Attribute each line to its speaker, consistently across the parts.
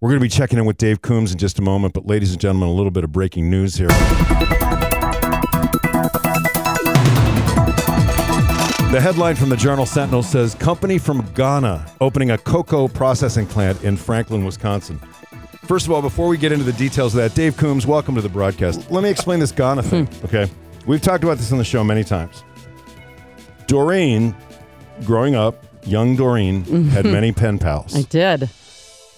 Speaker 1: We're going to be checking in with Dave Coombs in just a moment, but ladies and gentlemen, a little bit of breaking news here. The headline from the Journal Sentinel says company from Ghana opening a cocoa processing plant in Franklin, Wisconsin. First of all, before we get into the details of that, Dave Coombs, welcome to the broadcast. Let me explain this Ghana thing, okay? We've talked about this on the show many times. Doreen, growing up, young Doreen, had many pen
Speaker 2: I
Speaker 1: pals,
Speaker 2: did.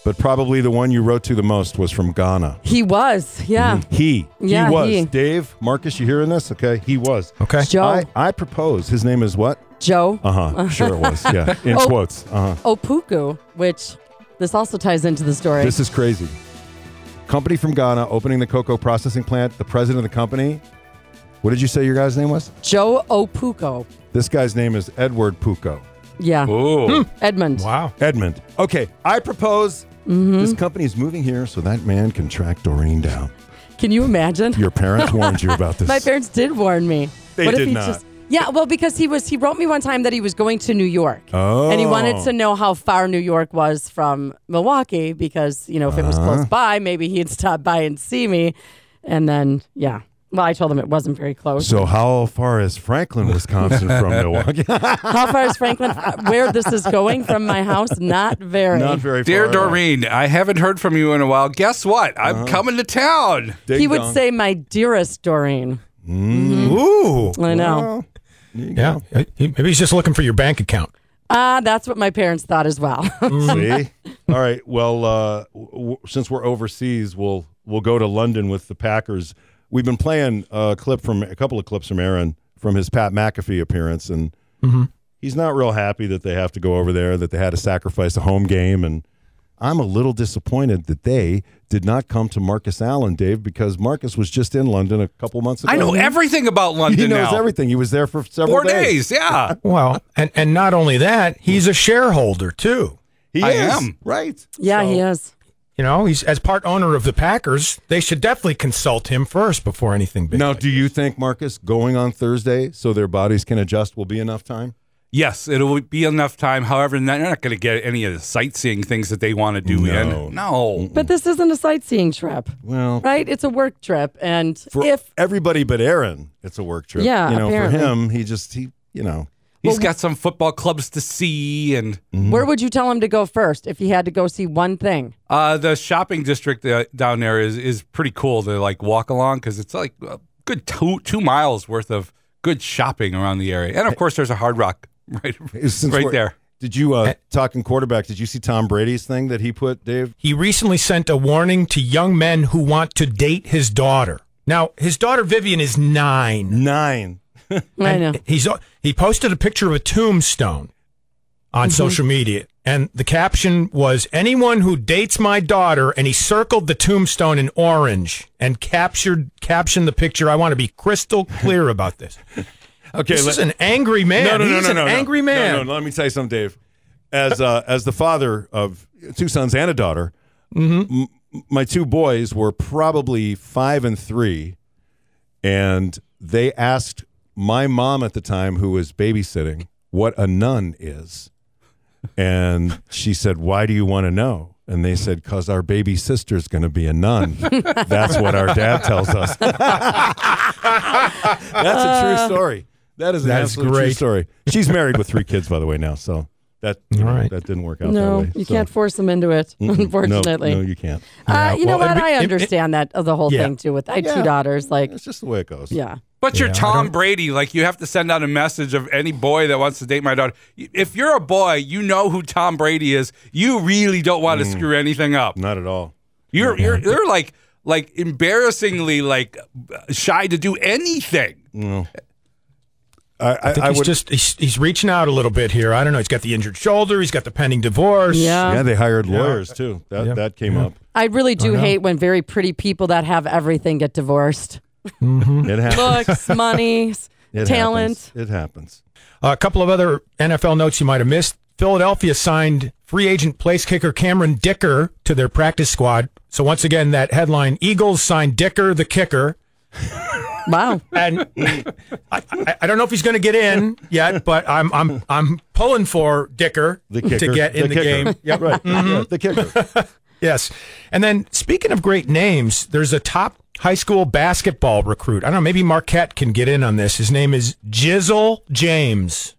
Speaker 1: but probably the one you wrote to the most was from Ghana.
Speaker 2: He was. Yeah.
Speaker 1: He.
Speaker 2: Oh. Yeah,
Speaker 1: he was.
Speaker 2: he.
Speaker 1: Dave, Marcus, you hearing this? Okay, he was.
Speaker 3: Okay.
Speaker 2: Joe.
Speaker 1: I, I propose. His name is what?
Speaker 2: Joe
Speaker 1: Uh huh. Sure it was. Yeah. In
Speaker 2: Oh.
Speaker 1: quotes. Uh huh.
Speaker 2: Opuku, which this also ties into the story.
Speaker 1: This is crazy. Company from Ghana opening the cocoa processing plant. The president of the company. What did you say your guy's name was?
Speaker 2: Joe Opuko.
Speaker 1: This guy's name is Edward Puko.
Speaker 2: Yeah.
Speaker 1: Oh.
Speaker 3: Ooh.
Speaker 2: Edmund.
Speaker 3: Wow.
Speaker 1: Edmund. Okay. I propose
Speaker 2: Mm-hmm.
Speaker 1: this company is moving here so that man can track Doreen down.
Speaker 2: Can you imagine?
Speaker 1: Your parents warned you about this.
Speaker 2: My parents did warn me.
Speaker 1: They
Speaker 2: if
Speaker 1: did
Speaker 2: he
Speaker 1: not.
Speaker 2: yeah, well, because he was he wrote me one time that he was going to New York, and he wanted
Speaker 1: Oh.
Speaker 2: to know how far New York was from Milwaukee because you know if it was close
Speaker 1: Uh-huh.
Speaker 2: by, maybe he'd stop by and see me, and then yeah. Well, I told him it wasn't very close.
Speaker 1: So how far is Franklin, Wisconsin from Milwaukee?
Speaker 2: How far is Franklin? uh, where this is going from my house? Not very.
Speaker 1: Not very far.
Speaker 3: Dear
Speaker 1: at all.
Speaker 3: Doreen, I haven't heard from you in a while. Guess what?
Speaker 1: Uh-huh.
Speaker 3: I'm coming to town.
Speaker 1: Ding
Speaker 2: he would
Speaker 1: dong. Mm.
Speaker 2: say, "My dearest Doreen." Mm-hmm.
Speaker 3: Ooh.
Speaker 2: I know.
Speaker 1: Well, there you
Speaker 4: Yeah.
Speaker 1: go.
Speaker 4: Uh, he- Maybe he's just looking for your bank account.
Speaker 2: Ah, that's what my parents thought as well.
Speaker 1: See? All right. Well, uh, w- w- since we're overseas, we'll we'll go to London with the Packers. We've been playing a clip from a couple of clips from Aaron from his Pat McAfee appearance, and he's not real happy that they have to go over there, that they had to sacrifice a home game, and I'm a little disappointed that they did not come to Marcus Allen, Dave, because Marcus was just in London a couple months ago.
Speaker 3: I know everything about London
Speaker 1: He knows
Speaker 3: now.
Speaker 1: everything. He was there for several
Speaker 3: Four days. Yeah.
Speaker 4: Well, and, and not only that, he's a shareholder too.
Speaker 1: He
Speaker 3: I
Speaker 1: is.
Speaker 3: am.
Speaker 1: right.
Speaker 2: yeah, he is.
Speaker 4: You know, he's as part owner of the Packers. They should definitely consult him first before anything big.
Speaker 1: Now, do you think Marcus going on Thursday so their bodies can adjust will be enough time?
Speaker 3: Yes, it'll be enough time. However, they're not going to get any of the sightseeing things that they want to do
Speaker 1: No.
Speaker 3: in. No.
Speaker 2: But this isn't a sightseeing trip,
Speaker 1: Well,
Speaker 2: right? It's a work trip, and
Speaker 1: for
Speaker 2: if
Speaker 1: everybody but Aaron, it's a work trip.
Speaker 2: Yeah,
Speaker 1: you know,
Speaker 2: apparently.
Speaker 1: for him, he just he, you know,
Speaker 3: he's got some football clubs to see and
Speaker 1: Mm-hmm.
Speaker 2: where would you tell him to go first if he had to go see one thing?
Speaker 3: Uh, the shopping district uh, down there is is pretty cool to like walk along because it's like a good two two miles worth of good shopping around the area, and of course there's a Hard Rock right
Speaker 1: since
Speaker 3: right
Speaker 1: we're-
Speaker 3: there.
Speaker 1: Did you uh, talking quarterback? Did you see Tom Brady's thing that he put, Dave?
Speaker 4: He recently sent a warning to young men who want to date his daughter. Now, his daughter Vivian is nine.
Speaker 1: Nine.
Speaker 2: I know.
Speaker 4: He's he posted a picture of a tombstone
Speaker 1: Mm-hmm.
Speaker 4: on social media, and the caption was "Anyone who dates my daughter," and he circled the tombstone in orange and captured captioned the picture. I want to be crystal clear about this.
Speaker 1: Okay,
Speaker 4: this
Speaker 1: let-
Speaker 4: is an angry man.
Speaker 1: no, no, no,
Speaker 4: He's
Speaker 1: no,
Speaker 4: an
Speaker 1: no, no.
Speaker 4: angry man.
Speaker 1: No, no, let me tell you something, Dave. As uh, as the father of two sons and a daughter,
Speaker 4: Mm-hmm.
Speaker 1: m- my two boys were probably five and three, and they asked my mom at the time, who was babysitting, what a nun is, and she said, "Why do you want to know?" And they said, "Cause our baby sister's going to be a nun. That's what our dad tells us." That's a true story. That is an
Speaker 4: Uh, That's
Speaker 1: absolute true
Speaker 4: great.
Speaker 1: story. She's married with three kids, by the way, now. So that you know,
Speaker 4: All right.
Speaker 1: that didn't work out.
Speaker 2: No,
Speaker 1: that way,
Speaker 2: you
Speaker 1: so-
Speaker 2: can't force him into it,
Speaker 1: Mm-mm. No,
Speaker 2: unfortunately.
Speaker 1: no, you can't.
Speaker 2: uh, you
Speaker 4: Yeah,
Speaker 2: know
Speaker 4: well,
Speaker 2: what?
Speaker 4: it-
Speaker 2: I
Speaker 4: it- it-
Speaker 2: understand that uh, the whole
Speaker 4: Yeah.
Speaker 2: thing too with I had
Speaker 1: Yeah.
Speaker 2: two daughters. Like,
Speaker 1: It's just the way it goes.
Speaker 2: yeah,
Speaker 3: But you're
Speaker 4: Yeah, I
Speaker 3: Tom
Speaker 4: don't-
Speaker 3: Brady. Like you have to send out a message of any boy that wants to date my daughter. If you're a boy, you know who Tom Brady is. You really don't want to
Speaker 4: Mm.
Speaker 3: screw anything up.
Speaker 1: not at all.
Speaker 3: You're you're they're like like embarrassingly like shy to do anything.
Speaker 4: Mm.
Speaker 1: I, I,
Speaker 4: I think
Speaker 1: I
Speaker 4: he's
Speaker 1: would.
Speaker 4: just he's, he's reaching out a little bit here. I don't know. He's got the injured shoulder. He's got the pending divorce.
Speaker 2: yeah.
Speaker 1: yeah, they hired lawyers too. That
Speaker 4: um, Yeah.
Speaker 1: that came up.
Speaker 2: I really do hate when very pretty people that have everything get divorced.
Speaker 1: It happens.
Speaker 2: Looks, money, s-
Speaker 1: It
Speaker 2: talent.
Speaker 1: happens. It happens.
Speaker 4: A couple of other NFL notes you might have missed. Philadelphia signed free agent place kicker Cameron Dicker to their practice squad. So once again, that headline: Eagles signed Dicker, the kicker.
Speaker 2: Wow.
Speaker 4: And I, I, I don't know if he's going to get in yet, but I'm I'm I'm pulling for Dicker
Speaker 1: The kicker
Speaker 4: to get in the,
Speaker 1: kicker.
Speaker 4: game. Mm-hmm.
Speaker 1: Yeah, right. Yeah, the kicker.
Speaker 4: Yes. And then speaking of great names, there's a top high school basketball recruit. I don't know, maybe Marquette can get in on this. His name is Jizzle James.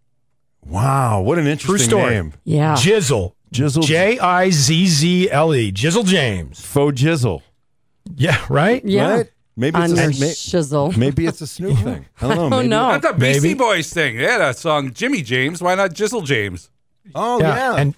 Speaker 1: Wow, what an interesting
Speaker 4: story.
Speaker 1: name.
Speaker 2: Yeah.
Speaker 4: Jizzle.
Speaker 1: Jizzle-
Speaker 4: J I Z Z L E. Jizzle James.
Speaker 1: Faux jizzle.
Speaker 4: Yeah, right?
Speaker 2: yeah.
Speaker 1: Right? Maybe
Speaker 2: On
Speaker 1: it's,
Speaker 2: your
Speaker 1: a, may-
Speaker 2: shizzle.
Speaker 1: maybe it's a Snoop thing. I don't know.
Speaker 2: oh,
Speaker 1: maybe-
Speaker 2: no.
Speaker 3: That's a Beastie
Speaker 4: Maybe.
Speaker 3: Boys thing. They had a song, Jimmy James. Why not Jizzle James?
Speaker 1: Oh,
Speaker 4: yeah.
Speaker 1: yeah.
Speaker 4: And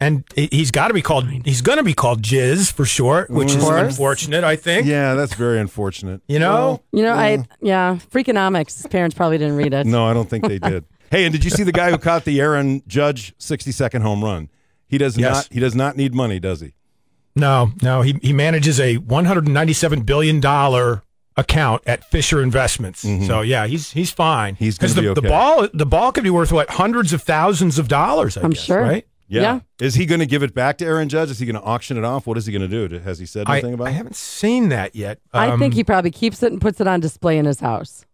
Speaker 4: and he- he's got to be called he's going to be called Jizz for short, which is
Speaker 2: course.
Speaker 4: unfortunate, I think.
Speaker 1: yeah, that's very unfortunate.
Speaker 4: You know?
Speaker 2: You know, I yeah, Freakonomics. His parents probably didn't read it.
Speaker 1: No, I don't think they did. hey, and did you see the guy who caught the Aaron Judge 60 second home run? He does
Speaker 4: Yes.
Speaker 1: not he does not need money, does he?
Speaker 4: No, no, he he manages a 197 billion dollar account at Fisher Investments. So yeah, he's he's fine.
Speaker 1: Mm-hmm. He's
Speaker 4: because the,
Speaker 1: gonna be
Speaker 4: the
Speaker 1: okay.
Speaker 4: ball the ball could be worth what hundreds of thousands of dollars. I
Speaker 2: I'm
Speaker 4: guess,
Speaker 2: sure.
Speaker 4: right?
Speaker 2: Yeah.
Speaker 1: Is he going to give it back to Aaron Judge? Is he going to auction it off? What is he going to do? Has he said
Speaker 4: I,
Speaker 1: anything about
Speaker 4: I
Speaker 1: it?
Speaker 4: haven't seen that yet.
Speaker 2: I
Speaker 4: Um,
Speaker 2: think he probably keeps it and puts it on display in his house.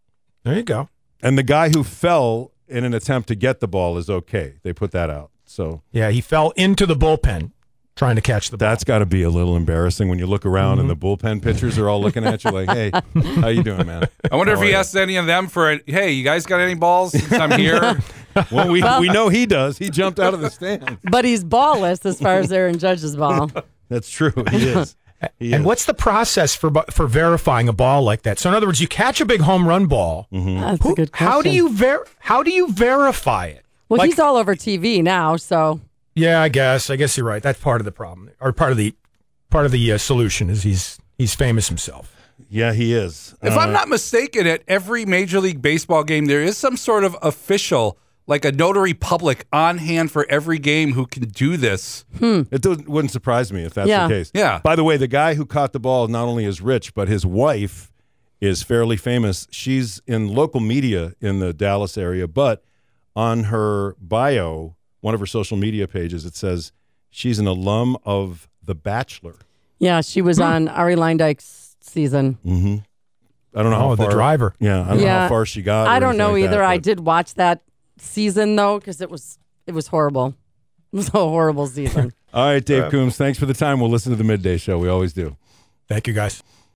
Speaker 4: There you go.
Speaker 1: And the guy who fell in an attempt to get the ball is okay. They put that out. So
Speaker 4: Yeah, he fell into the bullpen trying to catch the ball.
Speaker 1: that's got to be a little embarrassing when you look around and the bullpen pitchers are all looking at you like, "Hey, how you doing, man?"
Speaker 3: I wonder if
Speaker 1: How
Speaker 4: Oh,
Speaker 3: he
Speaker 1: are
Speaker 3: asked any of them for it. Hey, you guys got any balls since I'm here?
Speaker 1: you?" Well, we we know he does. He jumped out of the stand.
Speaker 2: But he's ballless as far as Aaron Judge's ball.
Speaker 1: That's true. He is. He
Speaker 4: And
Speaker 1: is.
Speaker 4: what's the process for bu- for verifying a ball like that? So in other words, you catch a big home run ball.
Speaker 1: Mm-hmm.
Speaker 2: That's a
Speaker 4: Who,
Speaker 2: good question.
Speaker 4: how do you ver- how do you verify it?
Speaker 2: Well,
Speaker 4: like-
Speaker 2: he's all over TV now, so
Speaker 4: Yeah, I guess. I guess you're right. That's part of the problem, or part of the part of the uh, solution is he's he's famous himself.
Speaker 1: Yeah, he is.
Speaker 3: If I'm not mistaken, at every Major League Baseball game, there is some sort of official, like a notary public on hand for every game who can do this.
Speaker 1: It doesn't, wouldn't surprise me if that's
Speaker 2: Yeah.
Speaker 1: the case.
Speaker 3: Yeah.
Speaker 1: By the way, the guy who caught the ball not only is rich, but his wife is fairly famous. She's in local media in the Dallas area, but on her bio, one of her social media pages, it says she's an alum of The Bachelor.
Speaker 2: yeah, she was on Ari Leindyke's season.
Speaker 1: I don't know how
Speaker 4: Oh, the
Speaker 1: far,
Speaker 4: driver.
Speaker 1: Yeah, I don't know how
Speaker 2: Yeah.
Speaker 1: far she got.
Speaker 2: I
Speaker 1: or
Speaker 2: don't
Speaker 1: anything
Speaker 2: know
Speaker 1: like
Speaker 2: either.
Speaker 1: that,
Speaker 2: I
Speaker 1: but-
Speaker 2: did watch that season though, because it was it was horrible. It was a horrible season.
Speaker 1: All right, Dave Coombs, thanks for the time. We'll listen to the midday show. We always do.
Speaker 4: Thank you, guys.